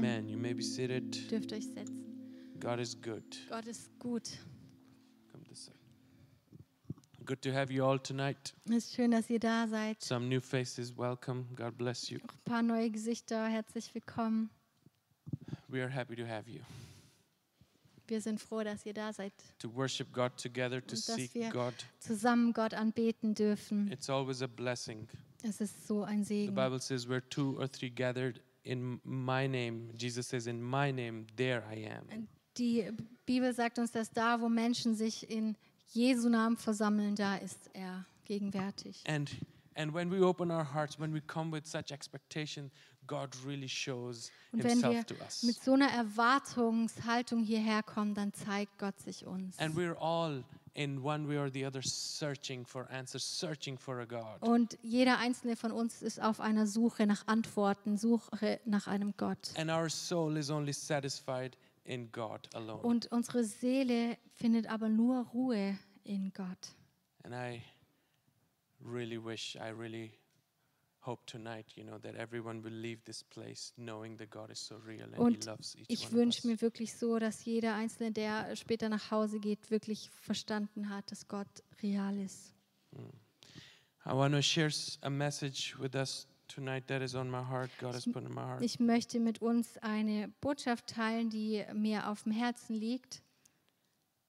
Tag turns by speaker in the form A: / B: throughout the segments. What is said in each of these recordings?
A: may be seated.
B: Dürft euch setzen.
A: God is good.
B: Gott ist gut.
A: Come this side. Good to have you all tonight.
B: Es ist schön, dass ihr da seid.
A: Some new faces, welcome. God bless you.
B: Auch ein paar neue Gesichter. Herzlich willkommen.
A: We are happy to have you.
B: Wir sind froh, dass ihr da seid.
A: To worship God together, to
B: Und dass
A: seek
B: wir-
A: God.
B: Zusammen Gott anbeten dürfen.
A: It's always a blessing.
B: Es ist so ein
A: The
B: Segen.
A: Bible says, where two or three gathered in my name, Jesus says, in my name, there I am.
B: Die Bibel sagt uns, dass da, wo Menschen sich in Jesu Namen versammeln, da ist er gegenwärtig.
A: And and when we open our hearts, when we come with such expectation, God really shows
B: Und wenn
A: himself
B: wir
A: to us.
B: mit so einer Erwartungshaltung hierher kommen, dann zeigt Gott sich uns.
A: And we're all in one way or the other searching for answers, searching for a God.
B: Und jeder einzelne von uns ist auf einer Suche nach Antworten, Suche nach einem Gott.
A: And our soul is only satisfied in God alone.
B: Und unsere Seele findet aber nur Ruhe in Gott.
A: and I really wish, I really hope tonight, you know, that everyone will leave this place knowing that God is so real and He
B: Und
A: loves each
B: Ich
A: one of us.
B: wünsche mir wirklich so, dass jeder Einzelne, der später nach Hause geht, wirklich verstanden hat, dass Gott real ist.
A: I want to share s- a message with us tonight that is on my heart, God has put in my heart.
B: Ich möchte mit uns eine Botschaft teilen, die mir auf dem Herzen liegt.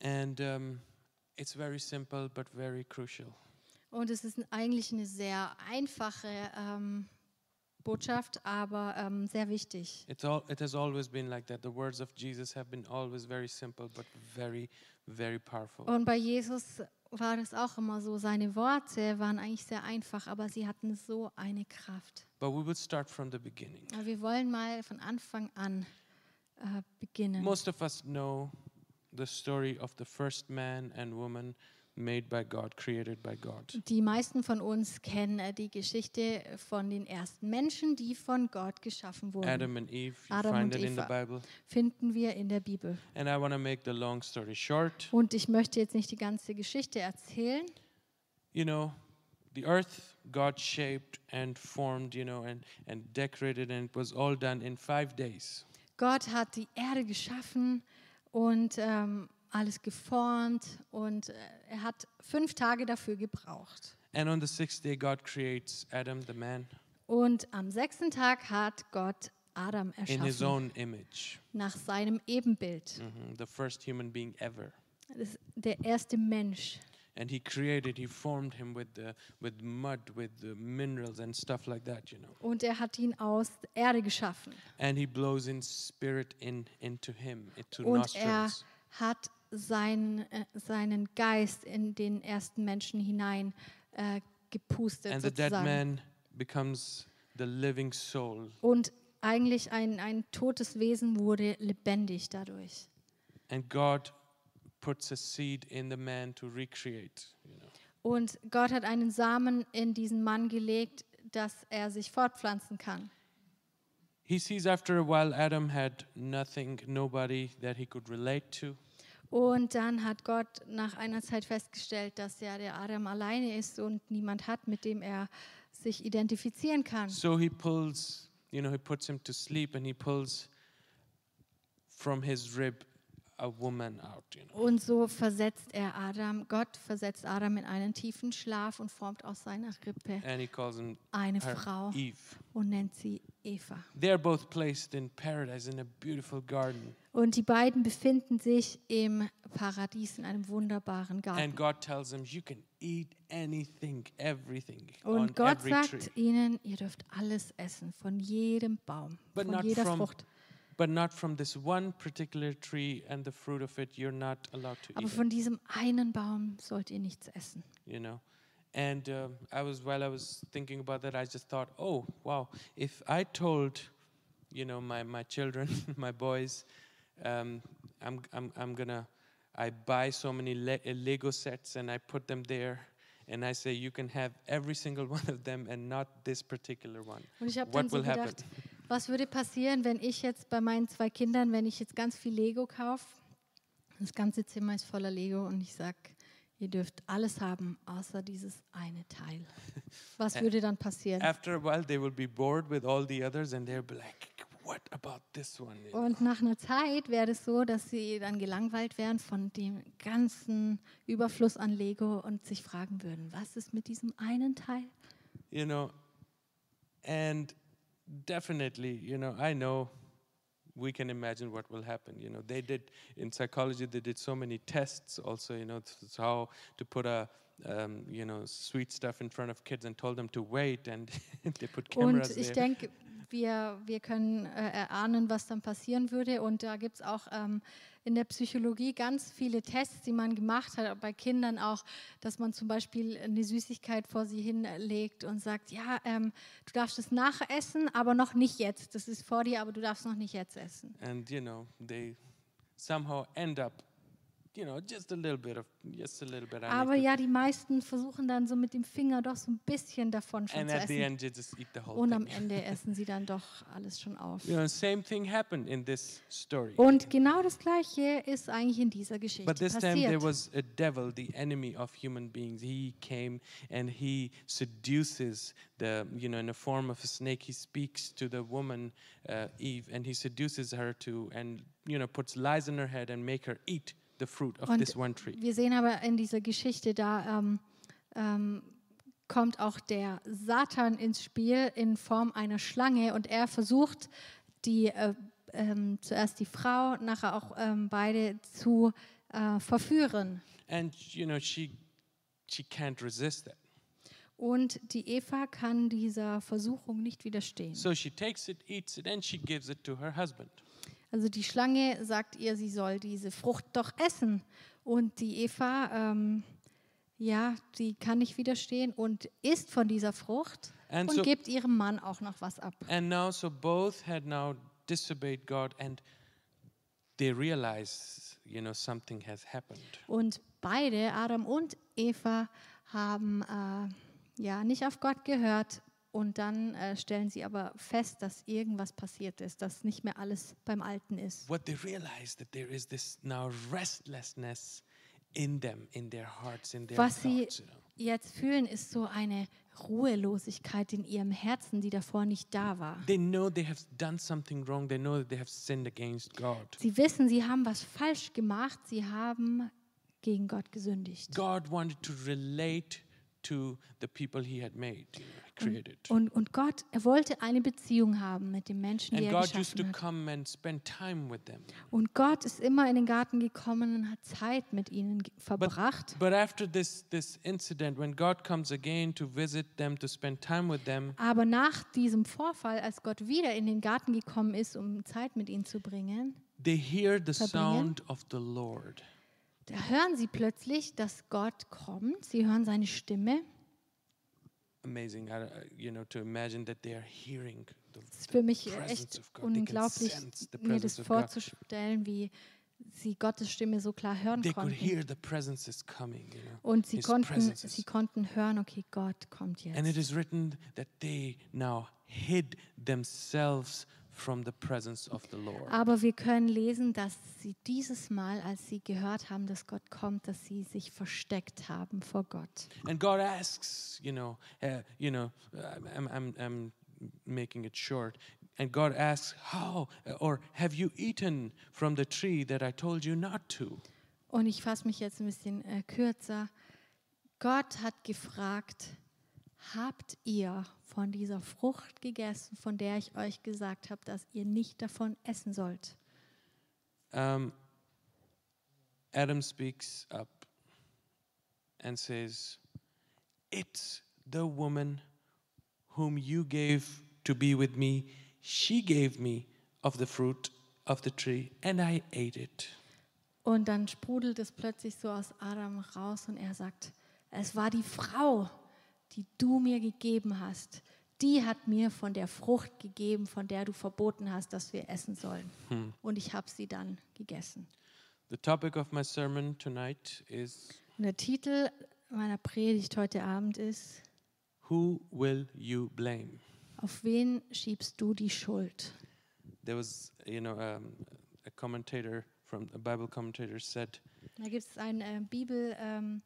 A: And um, it's very simple but very crucial.
B: Und es ist eigentlich eine sehr einfache ähm, Botschaft, aber ähm, sehr wichtig.
A: It's all, it has always been like that. The words of Jesus have been always very simple, but very, very powerful.
B: Und bei Jesus war das auch immer so. Seine Worte waren eigentlich sehr einfach, aber sie hatten so eine Kraft.
A: But we will start from the beginning.
B: Aber wir wollen mal von Anfang an äh, beginnen.
A: Most of us know the story of the first man and woman made by God, created by God.
B: Die meisten von uns kennen äh, die Geschichte von den ersten Menschen, die von Gott geschaffen wurden.
A: Adam and Eve, you
B: Adam
A: find
B: und
A: it in the
B: Eva.
A: Bible.
B: Finden wir in der Bibel.
A: And I want to make the long story short.
B: Und ich möchte jetzt nicht die ganze Geschichte erzählen.
A: You know, the earth God shaped and formed, you know, and, and decorated, and it was all done in five days.
B: Gott hat die Erde geschaffen und ähm, alles geformt und äh, er hat fünf Tage dafür gebraucht.
A: And on the sixth day, God creates Adam, the man,
B: Und am sechsten Tag hat Gott Adam
A: in his own
B: erschaffen,
A: image.
B: nach seinem Ebenbild.
A: Mhm, the first human being ever.
B: Das ist der erste Mensch.
A: And he created, he formed him with the, with mud, with the minerals and stuff like that, you know.
B: Und er hat ihn aus Erde geschaffen.
A: And he blows in spirit in into him, into
B: Und er
A: nostrils.
B: hat seinen, äh, seinen Geist in den ersten Menschen hinein äh, gepustet.
A: And the dead
B: sozusagen.
A: man becomes the living soul.
B: Und eigentlich ein, ein totes Wesen wurde lebendig dadurch.
A: And God puts a seed in the man to recreate, you know.
B: Und Gott hat einen Samen in diesen Mann gelegt, dass er sich fortpflanzen kann.
A: He sees after a while Adam had nothing, nobody that he could relate to.
B: Und dann hat Gott nach einer Zeit festgestellt, dass ja der Adam alleine ist und niemand hat, mit dem er sich identifizieren kann.
A: So he pulls, you know, he puts him to sleep and he pulls from his rib a woman out, you know.
B: Und so versetzt er Adam, Gott versetzt Adam in einen tiefen Schlaf und formt aus seiner Rippe
A: And he calls him
B: eine
A: her
B: Frau
A: Eve.
B: und nennt sie Eva.
A: They're both placed in paradise in a beautiful garden.
B: Und die beiden befinden sich im Paradies in einem wunderbaren Garten.
A: And God tells them, You can eat anything, everything. on
B: Und Gott
A: every tree.
B: sagt ihnen, ihr dürft alles essen, von jedem Baum,
A: But
B: von
A: not
B: jeder
A: from-
B: Frucht.
A: But not from this one particular tree and the fruit of it, you're not allowed to
B: Aber
A: eat.
B: von diesem einen Baum sollt ihr nichts essen.
A: you know and um, i was while i was thinking about that i just thought oh wow if i told you know my, my children my boys um, I'm, I'm, I'm gonna i buy so many le- uh, lego sets and i put them there and i say you can have every single one of them and not this particular one
B: Und ich habe
A: What
B: dann so
A: will happen?
B: gedacht, was würde passieren, wenn ich jetzt bei meinen zwei Kindern, wenn ich jetzt ganz viel Lego kaufe, das ganze Zimmer ist voller Lego und ich sage, ihr dürft alles haben, außer dieses eine Teil.
A: Äh,
B: Was würde dann passieren?
A: after a while they will be bored with all the others and they'll be like what about this one? you know?
B: Und nach einer Zeit wäre es so, dass sie dann gelangweilt wären von dem ganzen Überfluss an Lego und sich fragen würden, was ist mit diesem einen Teil?
A: You know, and definitely, you know, I know we can imagine what will happen. You know, they did in psychology. They did so many tests also. You know, t- t- how to put a um, you know sweet stuff in front of kids and told them to wait, and they put cameras
B: Und ich
A: there.
B: denke, wir, wir können äh, erahnen, was dann passieren würde. Und da gibt es auch ähm, in der Psychologie ganz viele Tests, die man gemacht hat, bei Kindern auch, dass man zum Beispiel eine Süßigkeit vor sie hinlegt und sagt, ja, ähm, du darfst es nachessen, aber noch nicht jetzt. Das ist vor dir, aber du darfst noch nicht jetzt essen.
A: And you know, they somehow end up, you know, just a little bit of just a little bit. I
B: Aber
A: need to-
B: ja, die meisten versuchen dann so mit dem Finger doch so ein bisschen davon schon
A: and
B: zu
A: at the
B: essen.
A: end, you just eat the whole
B: Und am
A: thing.
B: Ende essen sie dann doch alles schon auf.
A: You know, same thing happened in this story.
B: Und genau das Gleiche ist eigentlich in dieser Geschichte
A: But this time there
B: passiert.
A: was a devil, the enemy of human beings. He came and he seduces the, you know, in the form of a snake. He speaks to the woman uh, Eve, and he seduces her to, and you know, puts lies in her head and make her eat the fruit of
B: Und
A: this one tree.
B: wir sehen aber in dieser Geschichte, da ähm, ähm, kommt auch der Satan ins Spiel in Form einer Schlange und er versucht, die, äh, ähm, zuerst die Frau, nachher auch ähm, beide zu äh, verführen.
A: And you know, she she can't resist that.
B: Und die Eva kann dieser Versuchung nicht widerstehen.
A: So she takes it, eats it, and she gives it to her husband.
B: Also die Schlange sagt ihr, sie soll diese Frucht doch essen. Und die Eva, ähm, ja, die kann nicht widerstehen und isst von dieser Frucht
A: And
B: und
A: so-
B: gibt ihrem Mann auch noch was ab.
A: And now, so both had now disobeyed God, and they realize, you know, something has happened.
B: Und beide, Adam und Eva, haben äh, ja nicht auf Gott gehört. Und dann äh, stellen sie aber fest, dass irgendwas passiert ist, dass nicht mehr alles beim Alten ist.
A: What they realize that there is this now restlessness in them, in their hearts, in their
B: Was sie
A: thoughts. you know.
B: jetzt fühlen, ist so eine Ruhelosigkeit in ihrem Herzen, die davor nicht da war.
A: They know they have done something wrong. They know that they have sinned against God.
B: Sie wissen, sie haben was falsch gemacht, sie haben gegen Gott gesündigt.
A: God wanted to relate to the people He had made, you know, created.
B: Und, und Gott, er wollte eine Beziehung haben mit dem Menschen,
A: And
B: die er
A: God used to
B: geschaffen hat.
A: come and spend time with them.
B: Und Gott ist immer in den Garten gekommen und hat Zeit mit ihnen ge- verbracht.
A: But after this this incident, when God comes again to visit them, to spend time with them,
B: Aber nach diesem Vorfall, als Gott wieder in den Garten gekommen ist, um Zeit mit ihnen zu bringen,
A: they hear the
B: Verbringen.
A: sound of the Lord.
B: da hören sie plötzlich, dass Gott kommt. Sie hören seine Stimme.
A: Amazing, I, I- you know, to imagine that they are hearing. The,
B: Es ist für mich
A: presence
B: echt
A: of God. They can
B: unglaublich,
A: sense the
B: mir
A: presence
B: das
A: of God.
B: vorzustellen, wie sie Gottes Stimme so klar hören
A: they could
B: konnten.
A: hear the presence is coming. You know,
B: Und sie
A: His
B: konnten,
A: presence is-
B: sie konnten hören, okay, Gott kommt
A: And it
B: jetzt.
A: is written that they now hid themselves from the presence of the Lord.
B: Aber wir können lesen, dass sie dieses Mal, als sie gehört haben, dass Gott kommt, dass sie sich versteckt haben vor Gott.
A: And God asks, you know, uh, you know, uh, I'm, I'm, I'm making it short. And God asks, how uh, or have you eaten from the tree that I told you not to?
B: Und ich fasse mich jetzt ein bisschen äh, kürzer. Gott hat gefragt, habt ihr von dieser Frucht gegessen, von der ich euch gesagt habe, dass ihr nicht davon essen sollt?
A: Um, Adam speaks up and says, It's the woman whom you gave to be with me. She gave me of the fruit of the tree, and I ate it.
B: Und dann sprudelt es plötzlich so aus Adam raus und er sagt, es war die Frau, die du mir gegeben hast. Die hat mir von der Frucht gegeben, von der du verboten hast, dass wir essen sollen. Und ich habe sie dann gegessen.
A: The topic of my sermon tonight is
B: Und der Titel meiner Predigt heute Abend ist,
A: Who Will You Blame?
B: auf wen schiebst du die Schuld?
A: There was, you know, um, a commentator from a Bible commentator said,
B: Da gibt es einen äh, Bibel... Ähm,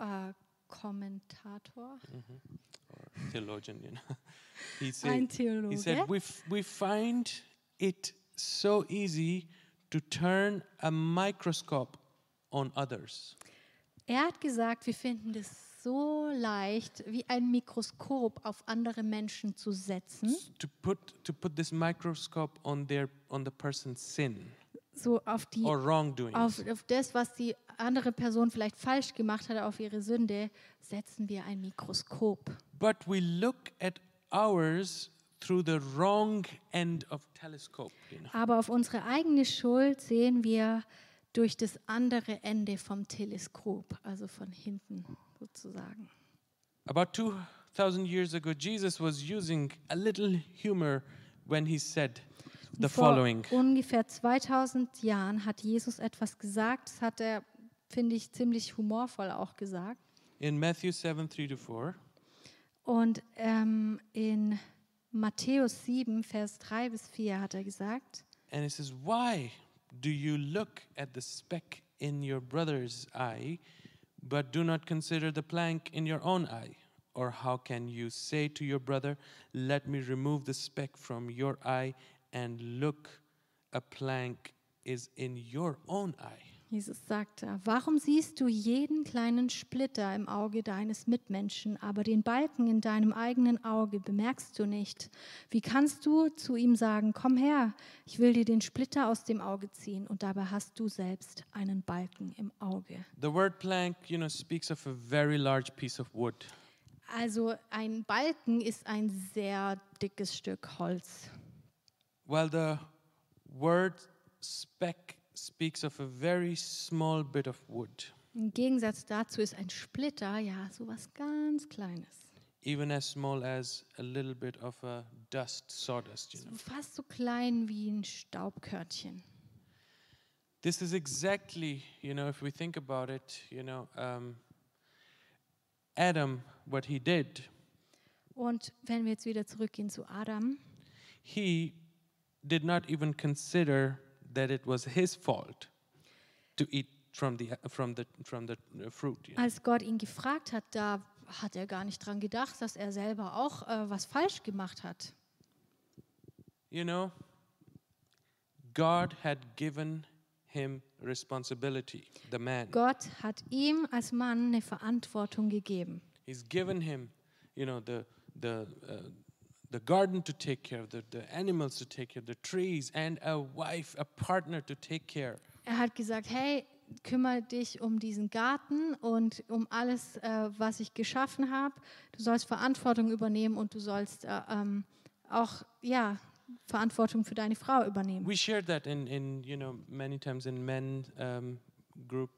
B: äh, Kommentator,
A: or theologian, you know, he said,
B: ein
A: He
B: Theologe.
A: said, we, f- we find it's so easy to turn a microscope on others.
B: Er hat gesagt, wir finden das so leicht, wie ein Mikroskop auf andere Menschen zu setzen,
A: To put to put this microscope on their on the person's sin
B: so auf die
A: or wrongdoings.
B: auf, auf das, was die andere Person vielleicht falsch gemacht hat, auf ihre Sünde, setzen wir ein Mikroskop.
A: But we look at ours through the wrong end of telescope. You know?
B: Aber auf unsere eigene Schuld sehen wir durch das andere Ende vom Teleskop, also von hinten sozusagen.
A: About 2,000 years ago, Jesus was using a little humor when he said the
B: Vor
A: following.
B: ungefähr 2000 Jahren hat Jesus etwas gesagt, das hat er, finde ich, ziemlich humorvoll auch gesagt.
A: In Matthew 7 3 to 4,
B: Und ähm, in Matthäus 7, Vers 3 bis 4 hat er gesagt,
A: and it says, Why do you look at the speck in your brother's eye, but do not consider the plank in your own eye? Or how can you say to your brother, Let me remove the speck from your eye, and look, a plank is in your own eye?
B: Jesus sagt da, warum siehst du jeden kleinen Splitter im Auge deines Mitmenschen, aber den Balken in deinem eigenen Auge bemerkst du nicht? Wie kannst du zu ihm sagen, komm her, ich will dir den Splitter aus dem Auge ziehen und dabei hast du selbst einen Balken im Auge?
A: The word plank, you know, speaks of a very large piece of wood.
B: Also ein Balken ist ein sehr dickes Stück Holz.
A: While the word speck speaks of a very small bit of wood.
B: Im Gegensatz dazu ist ein Splitter ja sowas ganz Kleines.
A: even as small as a little bit of a dust sawdust you know
B: Fast so klein wie ein Staubkörnchen.
A: this is exactly you know if we think about it you know um, adam what he did
B: Und wenn wir jetzt wieder zurückgehen zu Adam,
A: he did not even consider that it was his fault to eat from the from the from the uh, fruit you know?
B: als Gott ihn gefragt hat, da hat er gar nicht dran gedacht, dass er selber auch äh, was falsch gemacht hat.
A: you know god had given him responsibility the man
B: Gott hat ihm als Mann eine Verantwortung gegeben.
A: He's given him, you know, the the uh, the garden to take care of, the, the animals to take care of, the trees, and a wife, a partner to take care.
B: Er hat gesagt, hey, kümmere dich um diesen Garten und um alles, äh, was ich geschaffen habe. Du sollst Verantwortung übernehmen und du sollst äh, ähm, auch ja, Verantwortung für deine Frau übernehmen.
A: We shared that in in you know many times in men um, group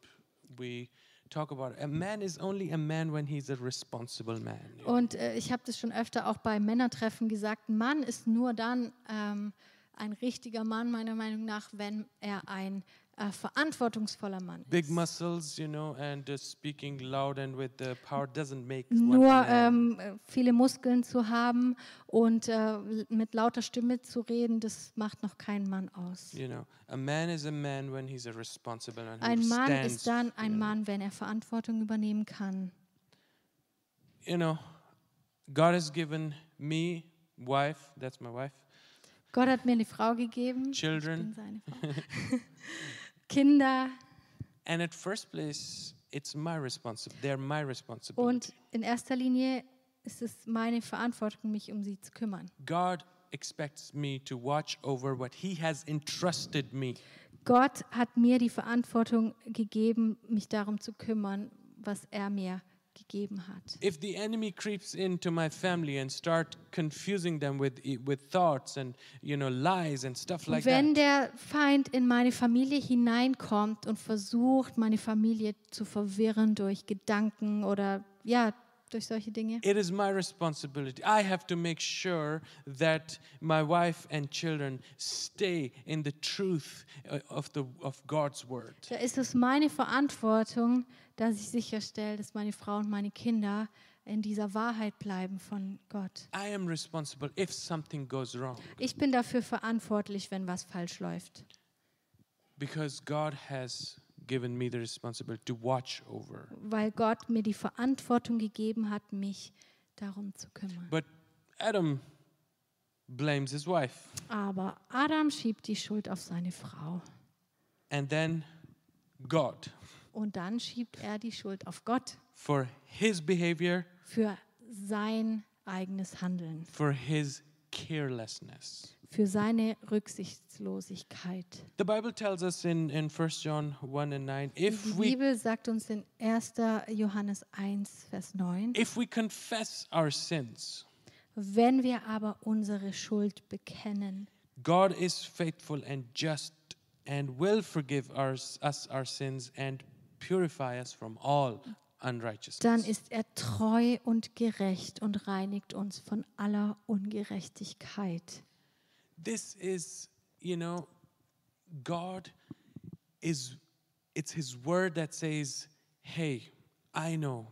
A: we talk about a man is only a man when he's a responsible man. you know.
B: Und äh, ich habe das schon öfter auch bei Männertreffen gesagt, ein Mann ist nur dann ähm, ein richtiger Mann, meiner Meinung nach, wenn er ein äh, verantwortungsvoller Mann ist.
A: Big muscles, you know, and uh, speaking loud and with the power doesn't make one
B: Nur
A: man.
B: ähm, äh, viele Muskeln zu haben und äh, l- mit lauter Stimme zu reden, das macht noch keinen Mann aus.
A: You know, a man is a man when he's a responsible man. who
B: Ein Mann
A: stands
B: ist dann
A: you
B: ein
A: know.
B: Mann, wenn er Verantwortung übernehmen kann.
A: you know, God has given me wife, that's my wife,
B: Gott hat mir eine Frau gegeben. Ich bin
A: children,
B: seine Frau. Kinder.
A: and at first place, it's my responsibility. They're my responsibility.
B: Und in erster Linie ist es meine Verantwortung, mich um sie zu kümmern.
A: God expects me to watch over what He has entrusted me.
B: Gott hat mir die Verantwortung gegeben, mich darum zu kümmern, was er mir gegeben hat.
A: If the enemy creeps into my family and start confusing them with e- with thoughts and you know lies and stuff like
B: Und wenn
A: that,
B: der Feind in meine Familie hineinkommt und versucht, meine Familie zu verwirren durch Gedanken oder ja, durch solche Dinge,
A: it is my responsibility. I have to make sure that my wife and children stay in the truth uh, of the of God's word.
B: da ist es meine Verantwortung, dass ich sicherstelle, dass meine Frau und meine Kinder in dieser Wahrheit bleiben von Gott.
A: I am responsible if something goes wrong
B: Ich bin dafür verantwortlich, wenn was falsch läuft,
A: because God has given me the responsibility to watch over.
B: weil Gott mir die Verantwortung gegeben hat, mich darum zu kümmern.
A: But Adam blames his wife.
B: Aber Adam schiebt die Schuld auf seine Frau.
A: And then God
B: Und dann schiebt er die Schuld auf Gott
A: for his behavior,
B: für sein eigenes Handeln,
A: for his carelessness.
B: für seine Rücksichtslosigkeit.
A: The Bible tells us in, in 1 John 1 and 9 if
B: Die
A: we,
B: Bibel sagt uns in 1. Johannes 1, Vers 9,
A: if we confess our sins,
B: wenn wir aber unsere Schuld bekennen,
A: God is faithful and just and will forgive our, us our sins and purify us from all
B: dann
A: unrighteousness.
B: ist er treu und gerecht und reinigt uns von aller Ungerechtigkeit.
A: This is, you know, God is, it's His word that says, hey, I know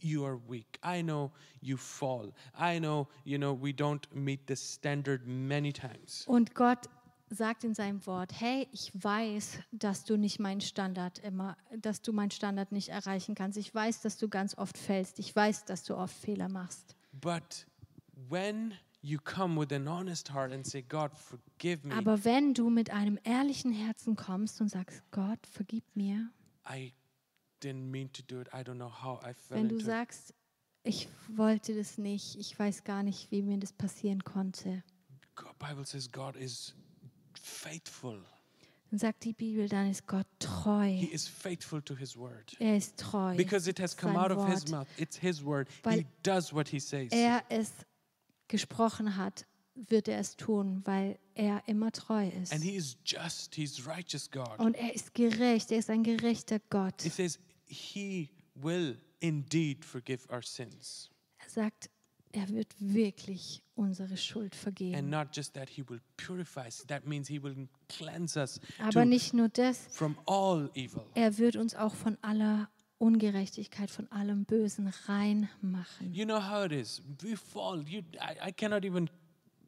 A: you are weak. I know you fall. I know, you know, we don't meet this standard many times.
B: Und Gott sagt in seinem Wort, hey, ich weiß, dass du nicht meinen Standard immer, dass du meinen Standard nicht erreichen kannst. Ich weiß, dass du ganz oft fällst. Ich weiß, dass du oft Fehler machst.
A: But when you come with an honest heart and say, God, forgive me,
B: Aber wenn du mit einem ehrlichen Herzen kommst und sagst, Gott, vergib mir,
A: I didn't mean to do it. I don't know how I fell
B: wenn du
A: into it.
B: sagst, ich wollte das nicht, ich weiß gar nicht, wie mir das passieren konnte,
A: God, Bible says God is faithful.
B: dann sagt die Bibel, dann ist Gott treu.
A: He is faithful to his word.
B: Er ist treu.
A: Because it has come
B: Sein
A: out of his
B: Wort.
A: mouth. It's his word.
B: Weil
A: he does what he says.
B: er es gesprochen hat, wird er es tun, weil er immer treu ist.
A: and he is just. He's righteous God.
B: Und er ist gerecht, er ist ein gerechter Gott.
A: It says he will indeed forgive our sins.
B: Er sagt, er wird wirklich unsere Schuld
A: And
B: vergeben.
A: not just that, he will purify us. That means he will cleanse us
B: Aber
A: to-
B: nicht nur das,
A: from all evil.
B: er wird uns auch von aller Ungerechtigkeit, von allem Bösen rein machen.
A: You know how it is. We fall. You, I, I cannot even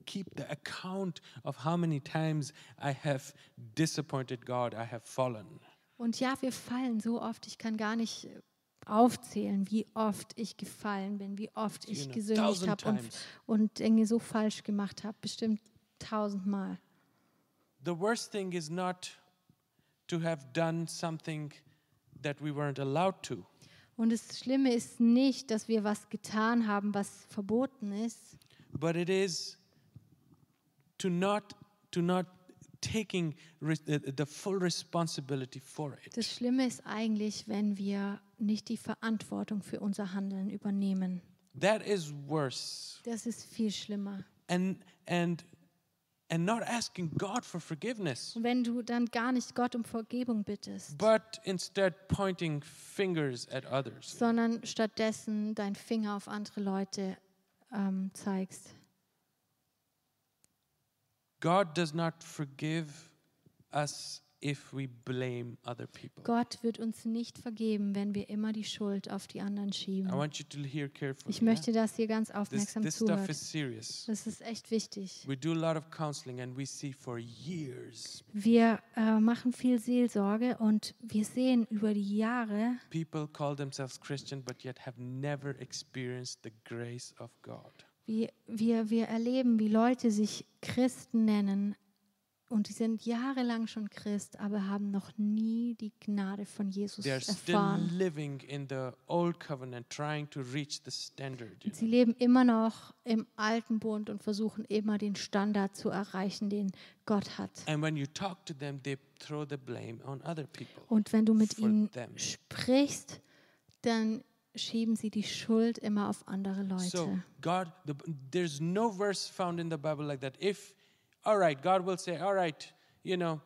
A: keep the account of how many times I have disappointed God. I have fallen.
B: Und ja, wir fallen so oft, ich kann gar nicht äh, aufzählen, wie oft ich gefallen bin, wie oft ich
A: know,
B: gesündigt
A: thousand
B: habe und,
A: times.
B: und Dinge so falsch gemacht habe, bestimmt tausendmal.
A: The worst thing is not to have done something that we weren't allowed to.
B: Und das Schlimme ist nicht, dass wir was getan haben, was verboten ist,
A: but it is to not to not taking re- uh, the full responsibility for it
B: Das Schlimme ist eigentlich, wenn wir nicht die Verantwortung für unser Handeln übernehmen.
A: that is worse
B: Das ist viel schlimmer.
A: and and and not asking god for forgiveness
B: Und wenn du dann gar nicht Gott um Vergebung bittest,
A: but instead pointing fingers at others
B: sondern stattdessen deinen Finger auf andere Leute ähm, zeigst.
A: god does not forgive us if we blame other people
B: Gott wird uns nicht vergeben, wenn wir immer die Schuld auf die anderen
A: i
B: schieben.
A: want you to hear carefully
B: Ich
A: yeah?
B: möchte, dass ihr ganz
A: Oh, this,
B: aufmerksam
A: this stuff is
B: zuhört.
A: serious
B: Das ist echt wichtig.
A: we do a lot of counseling and we see for years
B: Wir äh, machen viel Seelsorge und wir sehen über die Jahre,
A: People call themselves Christian but yet have never experienced the grace of God.
B: Wir, wir, wir erleben, wie Leute sich Christen nennen und die sind jahrelang schon Christ, aber haben noch nie die Gnade von Jesus
A: They are still
B: erfahren.
A: living in the old covenant, trying to reach the standard. you
B: Und Sie
A: know.
B: leben immer noch im alten Bund und versuchen immer den Standard zu erreichen, den Gott hat.
A: And when you talk to them, they throw the blame on other people.
B: Und wenn du mit
A: For
B: ihnen
A: them.
B: sprichst, dann schieben sie die Schuld immer auf andere
A: So
B: Leute.
A: God, the, there's no verse found in the Bible like that. If, all right, God will say, all right, you know,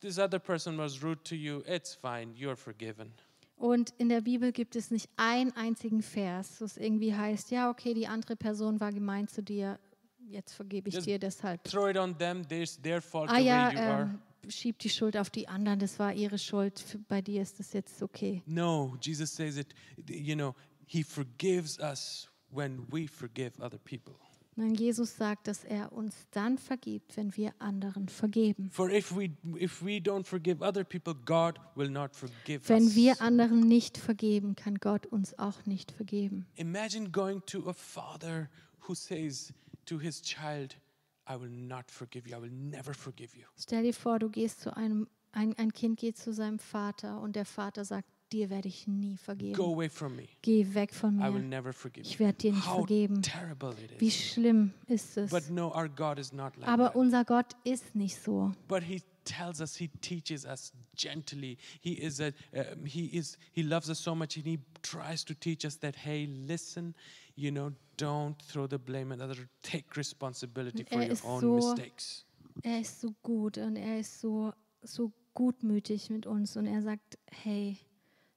A: this other person was rude to you. It's fine. You're forgiven.
B: Und in der Bibel gibt es nicht einen einzigen Vers, wo es irgendwie heißt, ja, okay, die andere Person war gemein zu dir, jetzt vergebe ich
A: Das-
B: dir deshalb.
A: Throw it on them. There's their fault.
B: Ah
A: the way
B: ja,
A: you are.
B: ähm, schieb die Schuld auf die anderen, das war ihre Schuld, Für- bei dir ist das jetzt okay.
A: No, Jesus says it, you know, he forgives us when we forgive other people.
B: Nein, Jesus sagt, dass er uns dann vergibt, wenn wir anderen vergeben.
A: For if we if we don't forgive other people, God will not forgive
B: Wenn
A: us.
B: wir anderen nicht vergeben, kann Gott uns auch nicht vergeben.
A: Imagine going to a father who says, to his child, I will not forgive you. I will never forgive you.
B: Stell dir vor, du gehst zu einem, ein, ein Kind geht zu seinem Vater und der Vater sagt, dir werde ich nie vergeben.
A: Go away from me.
B: Geh weg von
A: I will
B: mir.
A: never forgive
B: Ich
A: you.
B: werde dir nicht
A: How
B: vergeben.
A: terrible it
B: Wie
A: is.
B: schlimm ist es?
A: But no, our God is not like
B: Aber
A: that.
B: unser Gott ist nicht so.
A: But he tells us, he teaches us gently. He is a, um, he is, he loves us so much, and he tries to teach us that, hey, listen, you know, don't throw the blame at others. Take responsibility for
B: Er
A: your
B: ist
A: own
B: so-
A: mistakes.
B: Er ist so gut und er ist so, so gutmütig mit uns und er sagt, hey,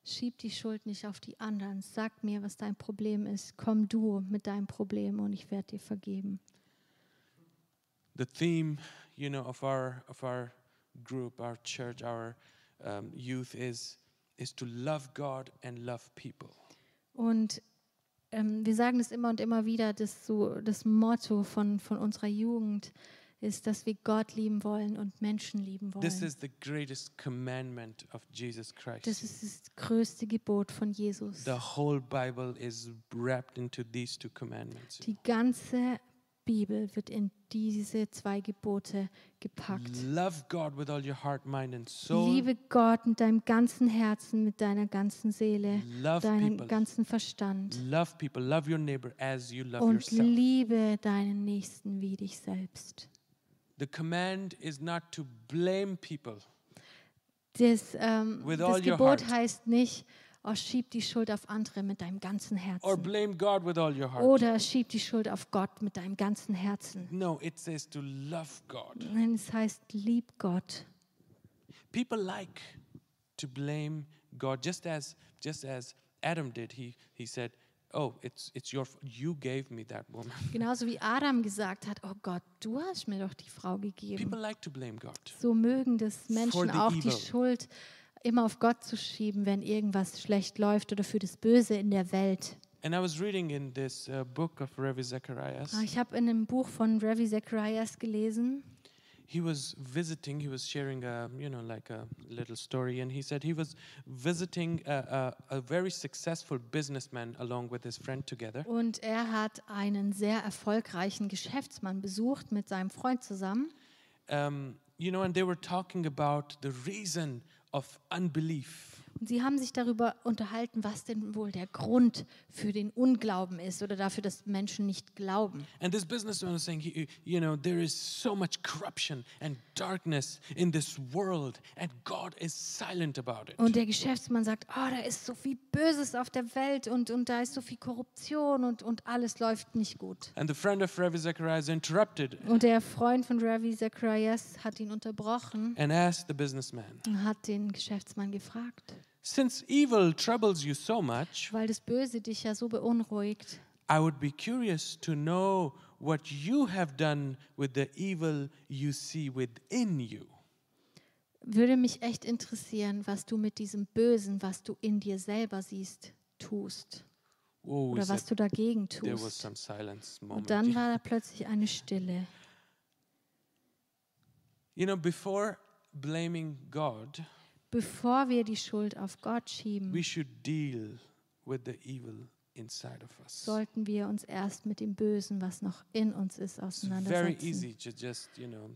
B: schieb die Schuld nicht auf die anderen. Sag mir, was dein Problem ist. Komm du mit deinem Problem und ich werde dir vergeben.
A: The theme, you know, of our of our group, our church, our um, youth is is to love God and love people.
B: Und ähm, wir sagen es immer und immer wieder, dass so das Motto von, von unserer Jugend ist, dass wir Gott lieben wollen und Menschen lieben wollen.
A: This is the greatest commandment of Jesus Christ.
B: das ist das größte Gebot von Jesus.
A: The whole Bible is wrapped into these two commandments.
B: Die ganze Bibel wird in diese zwei Gebote gepackt.
A: Love God with all your heart, mind, and soul.
B: Liebe Gott mit deinem ganzen Herzen, mit deiner ganzen Seele,
A: Love
B: deinem
A: people.
B: ganzen Verstand
A: Love people. Love your neighbor as you love
B: und
A: yourself.
B: liebe deinen Nächsten wie dich selbst.
A: the command is not to blame people.
B: Das, ähm,
A: With all
B: das
A: your
B: Gebot
A: heart.
B: heißt nicht, oh, schieb die Schuld auf andere mit deinem ganzen
A: Or
B: Herzen
A: blame God with all your heart.
B: oder schieb die Schuld auf Gott mit deinem ganzen Herzen.
A: No, it says to love God.
B: Nein, es heißt, lieb Gott.
A: People like to blame God, just as just as Adam did. He he said, "Oh, it's it's your f- you gave me that woman."
B: Genauso wie Adam gesagt hat, oh Gott, du hast mir doch die Frau gegeben.
A: People like to blame God.
B: So mögen das Menschen
A: the
B: auch die
A: evil.
B: Schuld immer auf Gott zu schieben, wenn irgendwas schlecht läuft oder für das Böse in der Welt.
A: And I was reading in this uh, book of Revi Zacharias.
B: Ah, Ich habe in einem Buch von Ravi Zacharias gelesen,
A: he was visiting he was sharing a you know like a little story and he said he was visiting a, a, a very successful businessman along with his friend together
B: und er hat einen sehr erfolgreichen Geschäftsmann besucht mit seinem Freund zusammen.
A: um, you know and they were talking about the reason of unbelief
B: Und sie haben sich darüber unterhalten, was denn wohl der Grund für den Unglauben ist oder dafür, dass Menschen nicht glauben.
A: and this businessman was saying he, you know there is so much corruption and darkness in this world and god is silent about it
B: Und der Geschäftsmann sagt, oh, da ist so viel Böses auf der Welt und, und da ist so viel Korruption und, und alles läuft nicht gut.
A: and the friend of Revi Zacharias interrupted
B: Und der Freund von Ravi Zacharias hat ihn unterbrochen
A: and asked the businessman,
B: und hat den Geschäftsmann gefragt,
A: Since evil troubles you so much,
B: weil das Böse dich ja so beunruhigt.
A: I would be curious to know what you have done with the evil you see within you.
B: Würde mich echt interessieren, was du mit diesem Bösen, was du in dir selber siehst, tust.
A: Oh,
B: Oder
A: is
B: was
A: it-
B: du dagegen
A: there was
B: tust.
A: some silence
B: Und
A: moment.
B: dann war da plötzlich eine Stille.
A: you know, before blaming God,
B: Bevor wir die Schuld auf Gott schieben,
A: we should deal with the evil inside of us.
B: sollten wir uns erst mit dem Bösen, was noch in uns ist,
A: it's very
B: auseinandersetzen.
A: easy to just, you know,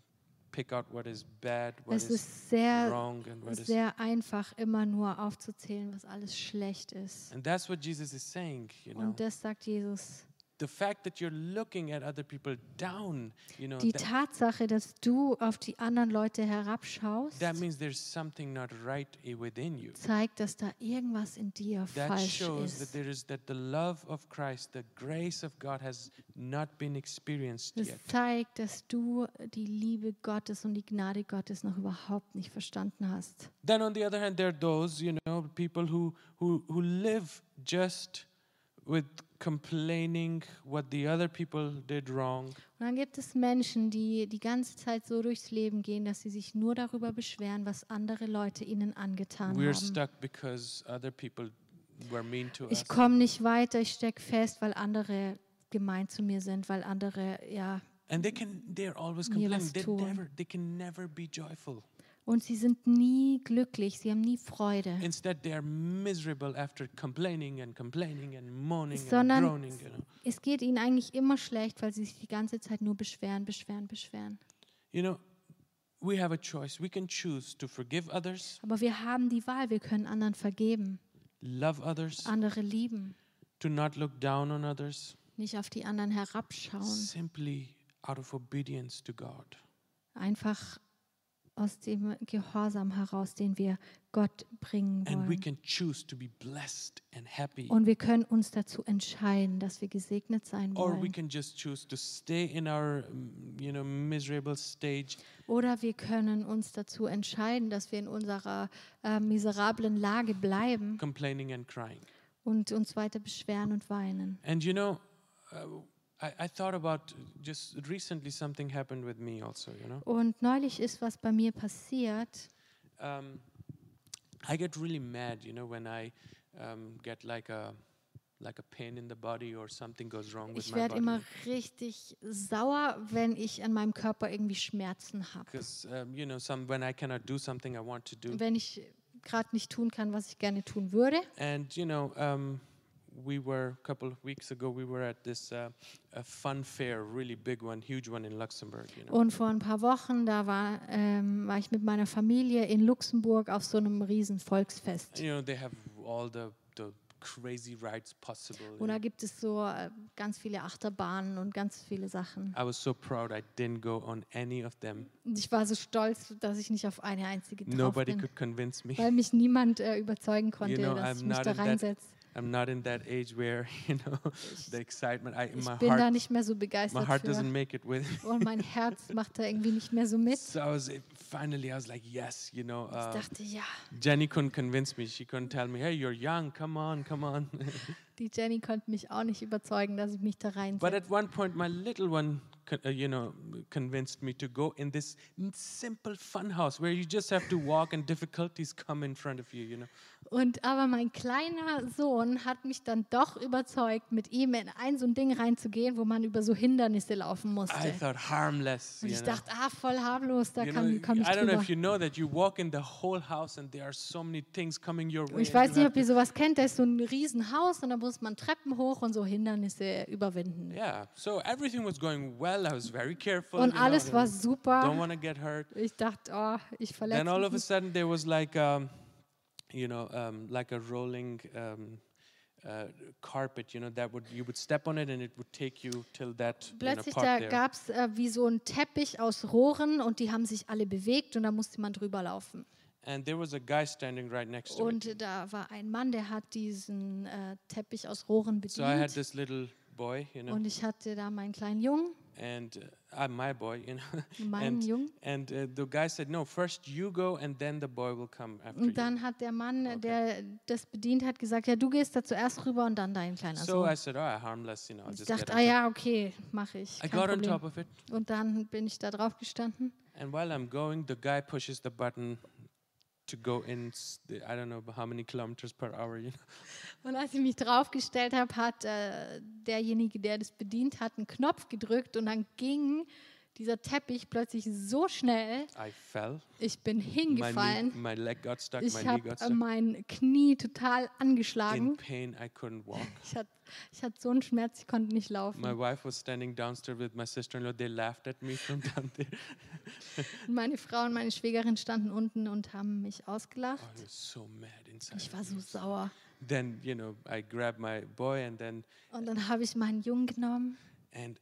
A: pick out what is bad, what
B: Es
A: is
B: ist sehr,
A: wrong, and what is.
B: sehr einfach, immer nur aufzuzählen, was alles schlecht ist.
A: And that's what Jesus is saying, you know.
B: Und das sagt Jesus.
A: The fact that you're looking at other people down, you know,
B: Die
A: that-
B: Tatsache, dass du auf die anderen Leute herabschaust,
A: That means there's something not right i- within you.
B: zeigt, dass da irgendwas in dir
A: That
B: falsch
A: shows that
B: ist.
A: there is that the love of Christ, the grace of God has not been experienced
B: Das
A: yet.
B: zeigt, dass du die Liebe Gottes und die Gnade Gottes noch überhaupt nicht verstanden hast.
A: Then on the other hand, there are those, you know, people who who who live just with complaining what the other people did wrong.
B: Und dann gibt es Menschen, die die ganze Zeit so durchs Leben gehen, dass sie sich nur darüber beschweren, was andere Leute ihnen angetan
A: We're
B: haben.
A: stuck because other people were mean to us.
B: Ich komme nicht weiter, ich stecke fest, weil andere gemein zu mir sind, weil andere, ja.
A: And they can they're always
B: Mir
A: complaining.
B: was
A: They
B: tun.
A: never they can never be joyful.
B: Und sie sind nie glücklich, sie haben nie Freude,
A: Instead, they are miserable after complaining and complaining and moaning and
B: sondern
A: groaning. You know.
B: es geht ihnen eigentlich immer schlecht, weil sie sich die ganze Zeit nur beschweren, beschweren, beschweren.
A: you know, we have a choice. We can choose to forgive others,
B: Aber wir haben die Wahl, wir können anderen vergeben,
A: love others,
B: andere lieben,
A: to not look down on others,
B: nicht auf die anderen herabschauen,
A: simply out of obedience to God.
B: einfach aus dem Gehorsam heraus, den wir Gott bringen
A: And we
B: wollen.
A: can choose to be blessed and happy,
B: Und wir können uns dazu entscheiden, dass wir gesegnet sein
A: or we
B: wollen.
A: can just choose to stay in our, mm, you know, miserable stage
B: Oder wir können uns dazu entscheiden, dass wir in unserer äh, miserablen Lage bleiben
A: complaining and crying.
B: und uns weiter beschweren und weinen.
A: And you know, uh, I, I thought about just recently something happened with me also, you know.
B: Und neulich ist was bei mir passiert.
A: Um, I get really mad, you know, when I um, get like a like a pain in the body or something goes wrong with
B: Ich
A: my
B: werde immer
A: body.
B: richtig sauer, wenn ich an meinem Körper irgendwie Schmerzen habe.
A: Because um, you know, some when I cannot do something I want to do,
B: Wenn ich gerade nicht tun kann, was ich gerne tun würde.
A: and you know, um, we were a couple of weeks ago we were at this uh, a fun fair, really big one, huge one in Luxembourg, you know,
B: Und vor ein paar Wochen, da war, ähm, war ich mit meiner Familie in Luxemburg auf so einem riesen Volksfest.
A: you know they have all the the crazy rides possible. you
B: Und da
A: know.
B: gibt es so äh, ganz viele Achterbahnen und ganz viele Sachen.
A: I was so proud I didn't go on any of them.
B: Und ich war so stolz, dass ich nicht auf eine einzige drauf
A: Nobody
B: bin,
A: could convince me.
B: weil mich niemand äh, überzeugen konnte,
A: know,
B: dass ich
A: I'm
B: mich
A: not
B: da
A: in that-
B: reinsetze.
A: I'm not in that age where you know the excitement. I
B: Ich
A: my
B: bin da
A: heart,
B: nicht mehr so
A: my
B: begeistert
A: heart
B: für.
A: doesn't make it with.
B: Und mein Herz macht da irgendwie nicht mehr so mit.
A: So I was finally I was like yes, you know.
B: Ich
A: Uh,
B: dachte, ja,
A: Jenny couldn't convince me. She couldn't tell me, hey, you're young. Come on, come on.
B: die Jenny konnte mich auch nicht überzeugen, dass ich mich da
A: but
B: reinsetze.
A: at one point, my little one, con- uh, you know, convinced me to go in this n- simple fun house where you just have to walk and difficulties come in front of you. You know,
B: Und aber mein kleiner Sohn hat mich dann doch überzeugt, mit ihm in ein so ein Ding reinzugehen, wo man über so Hindernisse laufen
A: I
B: musste.
A: thought harmless.
B: Und
A: you
B: ich
A: know.
B: dachte, ah, voll harmlos, da
A: You
B: kann,
A: know,
B: komme ich
A: I don't know
B: drüber.
A: if you know that you walk in the whole house and there are so many things coming your way.
B: Und ich
A: and
B: weiß
A: you
B: nicht,
A: have
B: ob ihr sowas kennt, da ist so ein Riesenhaus und da muss man Treppen hoch und so Hindernisse überwinden.
A: Yeah, so everything was going well. I was very careful.
B: Und
A: you know,
B: alles war
A: genau. Don't
B: super.
A: want to get hurt.
B: Ich dachte, oh, ich verletze
A: Then all
B: mich.
A: of a
B: nicht.
A: sudden there was like, um, you know, um, like a rolling um, uh, carpet. You know that would you would step on it and it would take you till that you know,
B: Plötzlich da
A: part there.
B: gab es äh, wie so einen Teppich aus Rohren und die haben sich alle bewegt und da musste man drüber laufen.
A: And there was a guy standing right next to me.
B: Und da war ein Mann, der hat diesen äh, Teppich aus Rohren
A: So I had
B: bedient.
A: this little boy, you know,
B: Und ich hatte da meinen kleinen Jungen.
A: and uh, uh, my boy, you know,
B: Meinen
A: and
B: Jungen.
A: and uh, the guy said, "No, first you go, and then the boy will come after
B: Und
A: you."
B: dann hat der Mann, äh, der das bedient hat, gesagt, ja, du gehst da zuerst rüber und dann dein kleiner
A: So I
B: Sohn.
A: said, "All right, harmless, you know." I'll
B: Ich
A: just get
B: dachte,
A: on
B: ah
A: top."
B: ja, okay, mache ich.
A: I
B: Kein
A: got on
B: Problem.
A: top of it,
B: Und dann bin ich da drauf gestanden.
A: and while I'm going, the guy pushes the button to go in. s- the- I don't know how many kilometers per hour. You know,
B: Und als ich mich draufgestellt habe, hat äh, derjenige, der das bedient hat, einen Knopf gedrückt und dann ging dieser Teppich plötzlich so schnell.
A: I fell.
B: Ich bin
A: My knee,
B: hingefallen.
A: my leg got stuck.
B: Ich
A: my knee
B: habe
A: got
B: äh,
A: stuck.
B: mein Knie total
A: In
B: angeschlagen.
A: pain, I couldn't walk.
B: Ich hatte, ich hatte so einen Schmerz, ich konnte nicht laufen.
A: My wife was standing downstairs with my sister-in-law. They laughed at me from down there.
B: Und meine Frau und meine Schwägerin standen unten und haben mich
A: Oh, I
B: ausgelacht.
A: was so mad inside.
B: Ich war so sauer.
A: Then you know, I grabbed my boy, and then
B: Und dann habe ich meinen Jungen genommen
A: and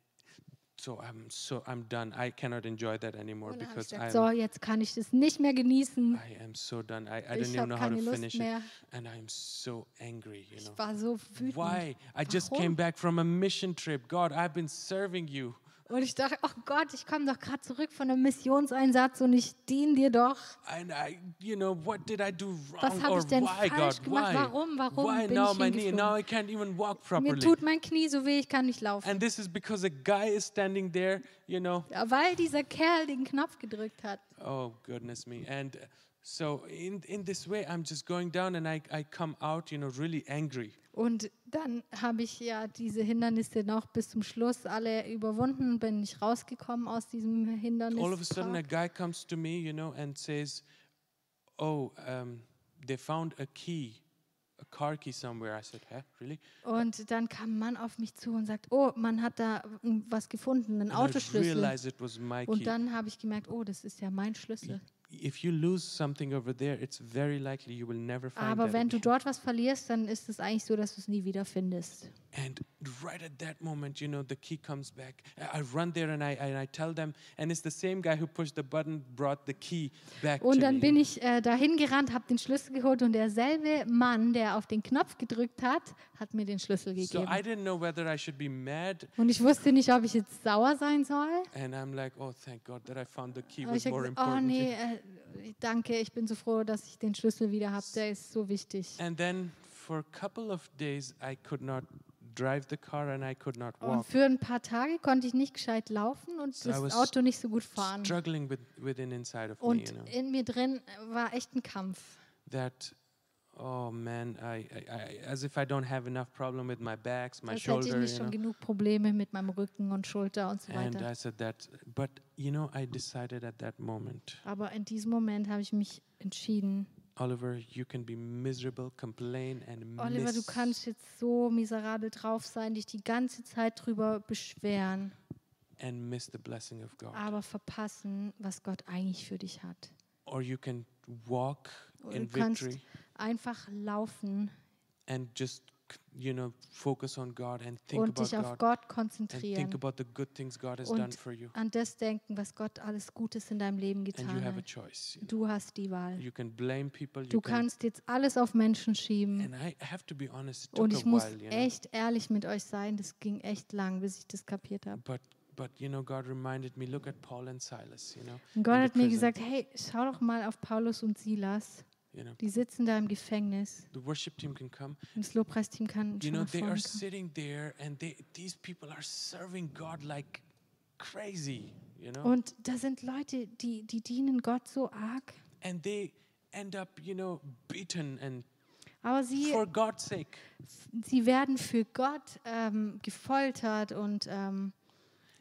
A: so I'm so I'm done. I cannot enjoy that anymore
B: und dann habe ich
A: because
B: gesagt,
A: I'm
B: so, jetzt kann ich das nicht mehr genießen.
A: I am so done. I, I don't
B: Ich
A: even
B: habe
A: know how to
B: keine Lust
A: finish it,
B: mehr.
A: and I'm so angry. You
B: Ich
A: know
B: war so wütend.
A: genau. why? I just
B: Warum?
A: came back from a mission trip. God, I've been serving you.
B: Und ich dachte, oh Gott, ich komme doch gerade zurück von einem Missionseinsatz und ich diene dir doch.
A: And I, you know, what did I do wrong?
B: Was hab
A: or
B: ich denn
A: why, God?
B: falsch
A: Why?
B: gemacht? Warum? Warum
A: why
B: bin
A: now
B: ich
A: my knee?
B: hingeflogen?
A: Now I can't even walk properly.
B: Mir tut mein Knie so weh, ich kann nicht laufen.
A: and this is because a guy is standing there, you know,
B: Ja, Weil dieser Kerl den Knopf gedrückt hat.
A: Oh goodness me! And uh, so in in this way, I'm just going down, and I I come out, you know, really angry.
B: Und dann habe ich ja diese Hindernisse noch bis zum Schluss alle überwunden, bin ich rausgekommen aus diesem Hindernis.
A: All of a sudden, a guy comes to me, you know, and says, "Oh, um, they found a key, a car key somewhere." I said, "Huh, really?"
B: Und dann kam ein Mann auf mich zu und sagt, oh, man hat da mm, was gefunden,
A: And
B: einen
A: I
B: Autoschlüssel.
A: realized it was my
B: Und
A: key.
B: dann habe ich gemerkt, oh, das ist ja mein Schlüssel.
A: If you lose something over there, it's very likely you will never find
B: Aber
A: that
B: wenn du
A: again.
B: dort was verlierst, dann ist es eigentlich so, dass du es nie wieder findest.
A: And right at that moment, you know, the key comes back. I- I run there and I and I tell them, and it's the same guy who pushed the button brought the key back
B: Und
A: to
B: dann
A: me.
B: bin ich äh, dahin gerannt, habe den Schlüssel geholt und derselbe Mann, der auf den Knopf gedrückt hat, hat mir den Schlüssel
A: so
B: gegeben.
A: I didn't know whether I should be mad,
B: Und ich wusste nicht, ob ich jetzt sauer sein soll.
A: and I'm like, oh, thank God that I found the key
B: Aber
A: was
B: ich habe
A: more
B: gesagt, oh
A: important.
B: nee, äh, danke, ich bin so froh, dass ich den Schlüssel wieder habe, der ist so wichtig.
A: And then for a couple of days, I could not drive the car and I could not
B: Und
A: walk,
B: für ein paar Tage konnte ich nicht gescheit laufen und
A: So I was
B: das Auto nicht so gut fahren.
A: struggling with within inside of me,
B: Und
A: you know,
B: in mir drin war echt ein Kampf.
A: that. Oh man, I, I, I as if I don't have enough problem with my backs, my
B: Als hätte ich
A: shoulder,
B: nicht
A: you know.
B: schon genug Probleme mit meinem Rücken und Schulter und so
A: And
B: weiter.
A: I said that, but you know, I decided at that moment,
B: Aber in diesem Moment habe ich mich entschieden,
A: Oliver, you can be miserable, complain, and
B: Oliver, du
A: miss.
B: kannst jetzt so miserabel drauf sein, dich die ganze Zeit drüber beschweren,
A: and miss the blessing of God.
B: aber verpassen, was Gott eigentlich für dich hat.
A: Or you can walk
B: Und
A: in
B: Du kannst
A: victory
B: einfach laufen
A: and just, you know, focus on God and think
B: und
A: about
B: dich auf
A: God
B: Gott
A: and think
B: konzentrieren
A: about the good things God has done
B: und
A: for you.
B: an das denken, was Gott alles Gutes in deinem Leben
A: And you
B: getan
A: have a
B: hat.
A: choice. you know.
B: Du hast die Wahl.
A: You can blame people.
B: Du
A: You can,
B: kannst jetzt alles auf Menschen schieben.
A: and I have to be honest, it
B: Und
A: took
B: ich
A: a
B: muss
A: while, you know.
B: echt ehrlich mit euch sein, das ging echt lang, bis ich das kapiert habe.
A: But, but, you know, God reminded me, look at Paul and Silas, you know.
B: Und
A: in
B: Gott
A: the
B: hat mir
A: prison,
B: gesagt, hey, schau doch mal auf Paulus und Silas.
A: you know.
B: Die sitzen da im Gefängnis.
A: The worship team can come.
B: Und das Lobpreisteam kann
A: You
B: schon
A: know,
B: nach
A: they
B: vorne
A: are
B: kommen.
A: sitting there and they these people are serving God like crazy, you know?
B: Und da sind Leute, die, die dienen Gott so arg.
A: And they end up, you know, beaten and
B: Aber sie,
A: for God's sake.
B: sie werden für Gott ähm, gefoltert und ähm,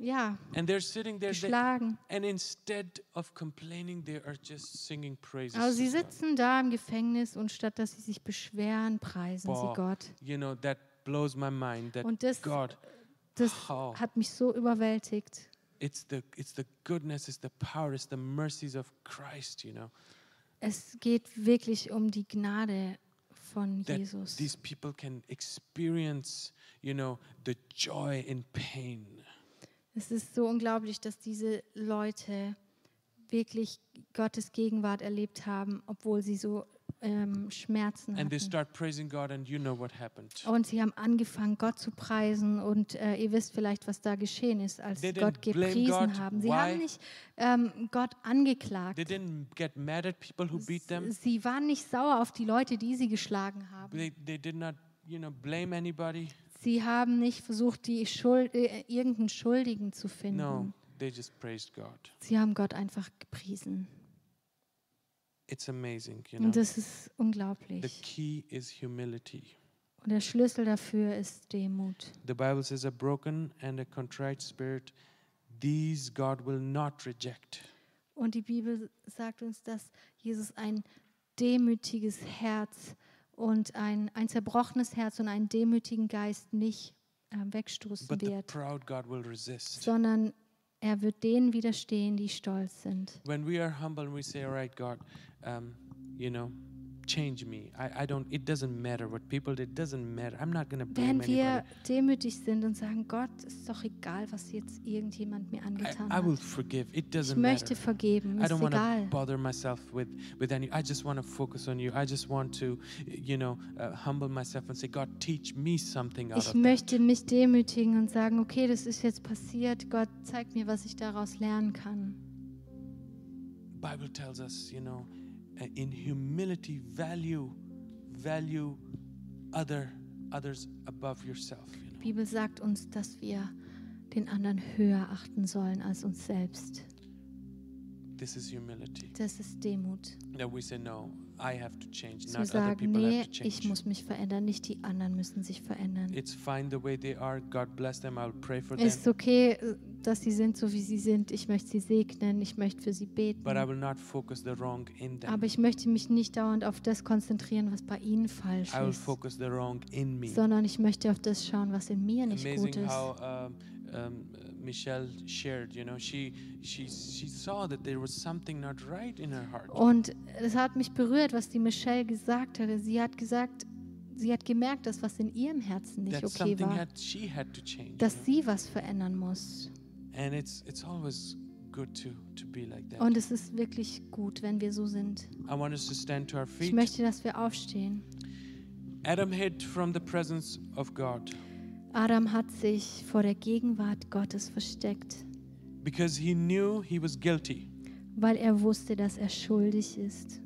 B: ja,
A: And they're sitting there they-
B: geschlagen.
A: and instead of complaining, they are just singing praises.
B: Aber sie
A: to God.
B: sitzen da im Gefängnis und statt dass sie sich beschweren, preisen
A: Boah,
B: sie Gott.
A: You know, that blows my mind that
B: Und das,
A: God,
B: das
A: oh,
B: hat mich so überwältigt.
A: it's the it's the goodness, it's the power, it's the mercies of Christ, you know.
B: Es geht wirklich um die Gnade von
A: that
B: Jesus.
A: these people can experience, you know, the joy in pain.
B: Es ist so unglaublich, dass diese Leute wirklich Gottes Gegenwart erlebt haben, obwohl sie so ähm, Schmerzen
A: And they
B: hatten.
A: start praising God, and you know what happened.
B: Und sie haben angefangen, Gott zu preisen. Und äh, ihr wisst vielleicht, was da geschehen ist, als
A: They didn't
B: sie Gott
A: blame
B: gepriesen
A: God.
B: haben. Sie
A: Why?
B: haben nicht ähm, Gott angeklagt.
A: They didn't get mad at people who beat them.
B: Sie waren nicht sauer auf die Leute, die sie geschlagen haben.
A: They, they did not, you know, blame anybody.
B: Sie haben nicht versucht, die Schuld, äh, irgendeinen Schuldigen zu finden.
A: No, they just praised God.
B: Sie haben Gott einfach gepriesen.
A: It's amazing, you know.
B: Und das ist
A: The
B: unglaublich.
A: key is humility.
B: Und der Schlüssel dafür ist Demut.
A: The Bible says, a broken and a contrite spirit, these God will not reject.
B: Und die Bibel sagt uns, dass Jesus ein demütiges Herz und ein, ein zerbrochenes Herz und einen demütigen Geist nicht äh, wegstoßen
A: But the
B: wird,
A: proud God will resist.
B: sondern er wird denen widerstehen, die stolz sind.
A: when we are humble and we say all right god um, you know change me I, I don't it doesn't matter what people do, it doesn't matter i'm not going to blame
B: Wenn wir
A: anybody
B: demütig sind und sagen, Gott, ist doch egal, was jetzt irgendjemand mir angetan
A: I, I will
B: hat.
A: forgive it
B: Ich
A: doesn't
B: möchte
A: matter
B: vergeben,
A: i
B: ist
A: don't want to
B: egal.
A: bother myself with with any i just want to focus on you i just want to you know uh, humble myself and say god teach me something out
B: Ich
A: of that.
B: möchte mich demütigen und sagen, okay, das ist jetzt passiert. Gott, zeig mir, was ich daraus lernen kann.
A: bible tells us you know uh, in humility value value other others above yourself you know
B: Die Bibel sagt uns, dass wir den anderen höher achten sollen als uns selbst.
A: This is humility.
B: Das ist Demut.
A: That we say, no, I have to change,
B: Zu
A: not other
B: sagen,
A: people
B: nee,
A: have to
B: ich
A: change.
B: muss mich verändern, nicht die anderen müssen sich verändern.
A: It's fine the way they are. God bless them. I'll pray for them.
B: Es ist okay, dass sie sind, so wie sie sind. Ich möchte sie segnen, ich möchte für sie beten.
A: But I will not focus the wrong in them.
B: Aber ich möchte mich nicht dauernd auf das konzentrieren, was bei ihnen falsch
A: I will
B: ist,
A: focus the wrong in me.
B: sondern ich möchte auf das schauen, was in mir nicht gut
A: Amazing
B: ist.
A: how um, um, Michelle shared. You know, she she she saw that there was something not right in her heart.
B: Und es hat mich berührt, was die Michelle gesagt hatte. Sie hat gesagt, sie hat gemerkt, dass was in ihrem Herzen nicht
A: That
B: okay
A: something
B: war,
A: had she had to change. you know.
B: dass sie was verändern muss.
A: And it's it's always good to to be like that.
B: Und es ist wirklich gut, wenn wir so sind.
A: I want us to stand to our
B: Ich
A: feet.
B: möchte, dass wir aufstehen.
A: Adam hid from the presence of God
B: Adam hat sich vor der Gegenwart Gottes versteckt,
A: because he knew he was guilty,
B: weil er wusste, dass er schuldig ist.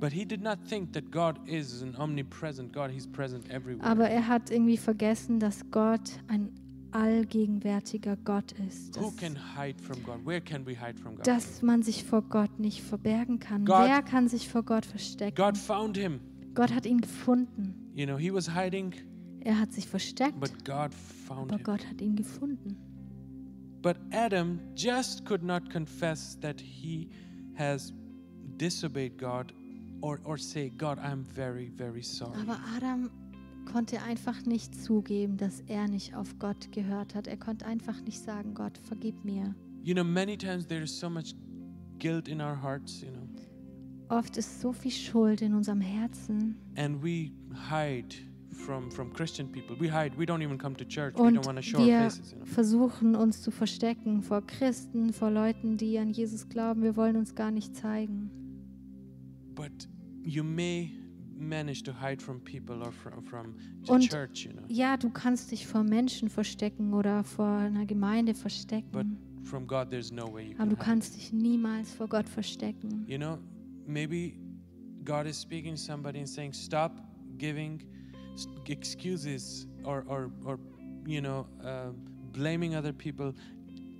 A: but he did not think that God is an omnipresent God. He's present everywhere.
B: Aber er hat irgendwie vergessen, dass Gott ein allgegenwärtiger Gott ist.
A: Who
B: Dass,
A: can hide from God? Where can we hide from God?
B: dass man sich vor Gott nicht verbergen kann.
A: God-
B: Wer kann sich vor Gott verstecken?
A: God found him.
B: Gott hat ihn gefunden.
A: You know, he was hiding,
B: Er hat sich versteckt,
A: but God found
B: aber
A: him.
B: Gott hat ihn gefunden.
A: But Adam just could not confess that he has disobeyed God or, or say, God, I'm very, very sorry.
B: Aber Adam konnte einfach nicht zugeben, dass er nicht auf Gott gehört hat. Er konnte einfach nicht sagen, Gott, vergib mir.
A: You know, many times there is so much guilt in our hearts, you know,
B: Oft ist so viel Schuld in unserem Herzen
A: and we hide from from Christian people. We hide. We don't even come to church. we
B: und
A: don't want to show our
B: wir
A: faces, you know.
B: versuchen uns zu verstecken vor Christen, vor Leuten, die an Jesus glauben. Wir wollen uns gar nicht zeigen.
A: But you may manage to hide from people or from from the
B: Und-
A: church, you know.
B: Ja, du kannst dich vor Menschen verstecken oder vor einer Gemeinde
A: But
B: verstecken,
A: from God, there's no way you
B: aber
A: can.
B: du
A: hide.
B: kannst dich niemals vor Gott verstecken.
A: You know, maybe God is speaking to somebody and saying, "Stop giving s- excuses or or or you know uh, blaming other people.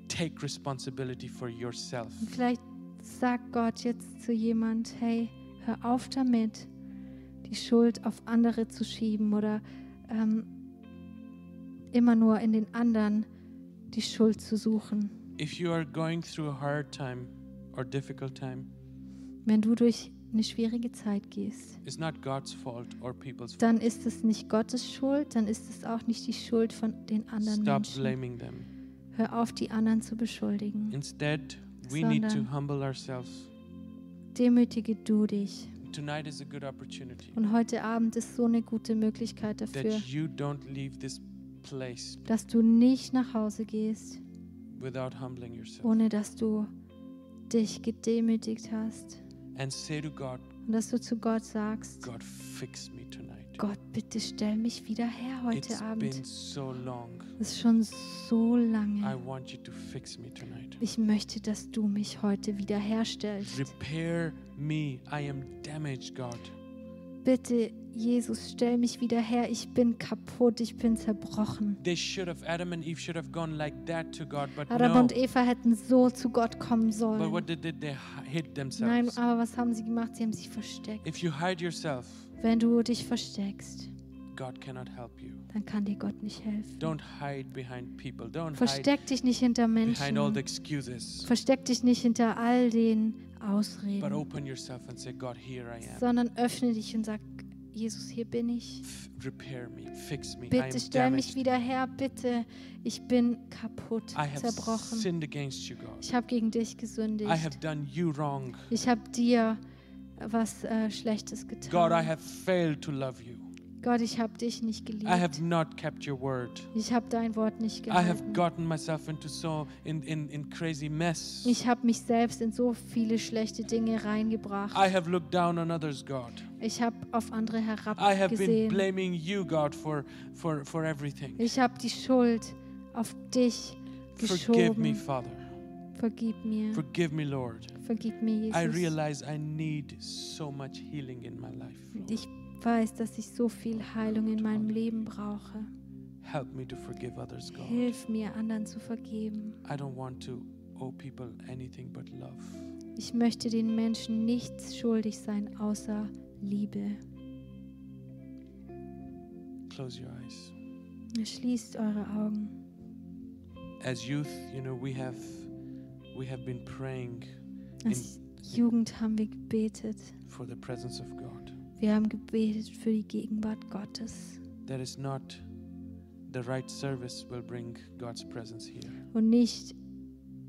A: Take responsibility for yourself."
B: Und vielleicht sagt Gott jetzt zu jemand, hey, hör auf damit, die Schuld auf andere zu schieben oder ähm, immer nur in den anderen die Schuld zu suchen.
A: If you are going through a hard time or difficult time,
B: Wenn du durch eine schwierige Zeit gehst,
A: it's not God's fault or people's fault.
B: dann ist es nicht Gottes Schuld, dann ist es auch nicht die Schuld von den anderen
A: Stop
B: Menschen.
A: blaming them.
B: Hör auf, die anderen zu beschuldigen.
A: Instead, we need to
B: Sondern-
A: humble ourselves.
B: Demütige du dich.
A: Tonight is a good opportunity
B: Und heute Abend ist so eine gute Möglichkeit dafür,
A: that you don't leave this place
B: dass du nicht nach Hause gehst,
A: without humbling yourself.
B: ohne dass du dich gedemütigt hast
A: and say to God,
B: und dass du zu Gott sagst,
A: God, fix me tonight.
B: Gott, bitte stell mich wieder her
A: It's
B: heute
A: been
B: Abend.
A: so long.
B: Das ist schon so
A: I
B: lange.
A: want you to fix me tonight.
B: Ich möchte, dass du mich heute wiederherstellst.
A: Repair me. I am damaged, God.
B: Bitte, Jesus, stell mich wieder her. Ich bin kaputt, ich bin zerbrochen.
A: They should have, Adam and Eve should have gone like that to God, but
B: Adam
A: no.
B: und Eva hätten so zu Gott kommen
A: But
B: sollen.
A: what did they do? They hi- hid
B: Nein,
A: themselves.
B: aber was haben sie gemacht? Sie haben sich versteckt.
A: If you hide yourself,
B: Wenn du dich versteckst,
A: God cannot help you.
B: dann kann dir Gott nicht helfen.
A: Don't hide behind people. Don't hide
B: Versteck dich nicht hinter
A: behind all the
B: Menschen.
A: excuses.
B: Versteck dich nicht hinter all den
A: But
B: Ausreden,
A: open yourself and say, God, here I am.
B: sondern öffne dich und sag, Jesus, hier bin ich.
A: F- repair me. Fix me. I am
B: Bitte stell mich
A: damaged.
B: wieder her, bitte. Ich bin kaputt,
A: I have
B: zerbrochen.
A: sinned against you, God.
B: Ich habe gegen dich
A: I
B: gesündigt.
A: have done you wrong.
B: Ich habe dir was äh, Schlechtes getan.
A: God, I have failed to love you.
B: Gott, ich habe dich nicht
A: I have
B: geliebt.
A: not kept your word.
B: Ich habe dein Wort nicht
A: I have
B: gehalten.
A: gotten myself into so in, in, in crazy mess.
B: Ich habe mich selbst in so viele schlechte Dinge reingebracht.
A: I have looked down on others, God.
B: Ich habe auf andere
A: I have been
B: herabgesehen.
A: blaming you, God, for for, for everything.
B: Ich habe die Schuld auf dich
A: Forgive me,
B: geschoben.
A: Father.
B: Vergib mir.
A: Forgive me, Lord.
B: Vergib mir,
A: I
B: Jesus.
A: realize I need so much healing in my life. Lord.
B: Ich weiß, dass ich so viel Heilung in meinem Leben brauche.
A: Help me to forgive others, God.
B: Hilf mir, anderen zu vergeben.
A: I don't want to owe people anything but love.
B: Ich möchte den Menschen nichts schuldig sein außer Liebe.
A: Close your eyes.
B: Schließt eure Augen.
A: As youth, you know, we have we have been praying
B: Als Jugend haben wir gebetet.
A: for the presence of God.
B: Wir haben gebetet für die Gegenwart Gottes.
A: That is not the right service will bring God's presence here.
B: Und nicht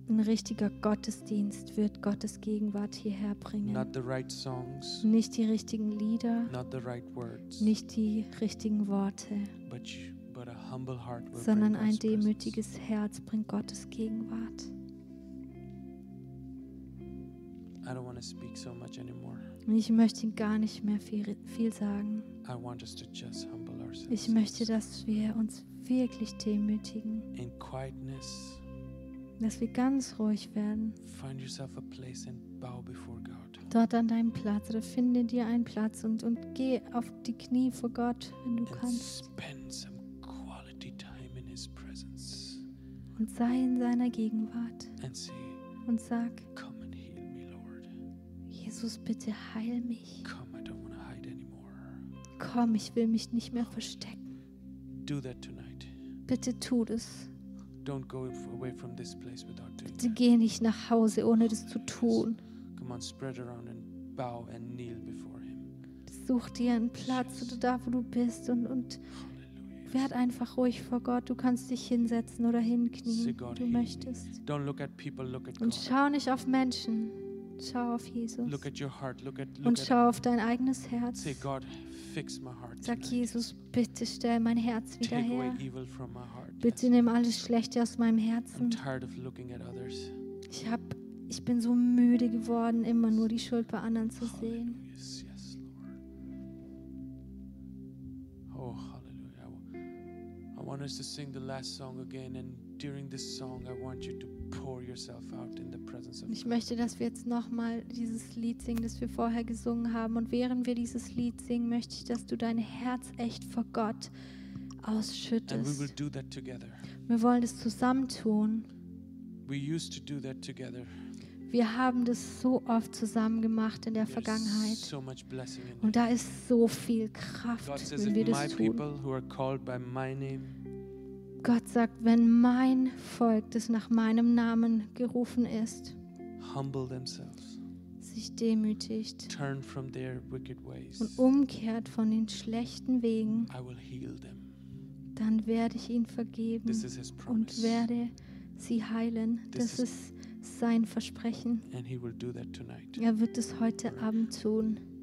B: ein richtiger Gottesdienst wird Gottes Gegenwart hierher bringen.
A: Not the right songs,
B: Nicht die richtigen Lieder,
A: not the right words,
B: nicht die richtigen Worte,
A: but you, but a humble heart will bring
B: sondern ein
A: God's presence.
B: demütiges Herz bringt Gottes Gegenwart.
A: I don't want to speak so much anymore.
B: Und ich möchte gar nicht mehr viel, viel sagen.
A: I want us to just humble ourselves.
B: Ich möchte, dass wir uns wirklich demütigen,
A: in quietness,
B: dass wir ganz ruhig werden.
A: find yourself a place and bow before God.
B: Dort an deinem Platz oder finde dir einen Platz und, und geh auf die Knie vor Gott, wenn du
A: And
B: kannst,
A: spend some quality time in His presence
B: und sei in seiner Gegenwart
A: and say,
B: und sag,
A: Come and heal me, Lord.
B: Jesus, bitte heil mich.
A: Come, I don't want to hide anymore.
B: Komm, ich will mich nicht mehr verstecken.
A: Do that tonight.
B: Bitte tu es.
A: Don't go f- away from this place without doing
B: Bitte
A: that.
B: geh nicht nach Hause, ohne das zu tun.
A: Come on, spread around and bow and kneel before Him.
B: Such dir einen Platz oder da, wo du bist und, und
A: Hallelujah.
B: werd einfach ruhig vor Gott. Du kannst dich hinsetzen oder hinknien, wie du möchtest.
A: Don't look at people, look at
B: Und
A: God.
B: schau nicht auf Menschen, schau auf Jesus.
A: Look at your heart, look at,
B: Und
A: look at
B: schau auf dein eigenes Herz.
A: Say, God, fix my heart.
B: Sag
A: tonight.
B: Jesus, bitte stell mein Herz wieder
A: Take away
B: her.
A: evil from my heart.
B: Bitte
A: Yes.
B: nimm alles Schlechte aus meinem
A: I'm
B: Herzen.
A: tired of looking at others.
B: Ich hab, ich bin so müde geworden, immer nur die Schuld bei anderen zu sehen.
A: Hallelujah. Yes, Lord. Oh, hallelujah. I wa- I want us to sing the last song again, and during this song, I want you to pour yourself out in the presence of
B: Und Ich
A: God.
B: möchte, dass wir jetzt nochmal dieses Lied singen, das wir vorher gesungen haben. Und während wir dieses Lied singen, möchte ich, dass du dein Herz echt vor
A: And
B: Gott
A: we will
B: ausschüttest.
A: do that together.
B: Wir wollen das zusammentun.
A: We used to do that together.
B: Wir haben das so oft zusammen gemacht in der
A: There's
B: Vergangenheit.
A: so much blessing in
B: Und
A: that.
B: da ist so viel
A: God
B: Kraft,
A: says,
B: wenn wir
A: if my
B: das tun.
A: people who are called by my name
B: Gott sagt, wenn mein Volk, das nach meinem Namen gerufen ist,
A: humble themselves,
B: sich demütigt
A: turn from their wicked ways,
B: und um umkehrt von den schlechten Wegen,
A: I will heal them.
B: dann werde ich ihn vergeben
A: This is his
B: und
A: promise.
B: werde sie heilen.
A: This
B: Das ist sein Versprechen.
A: And he will do that tonight.
B: Er wird es heute Abend tun.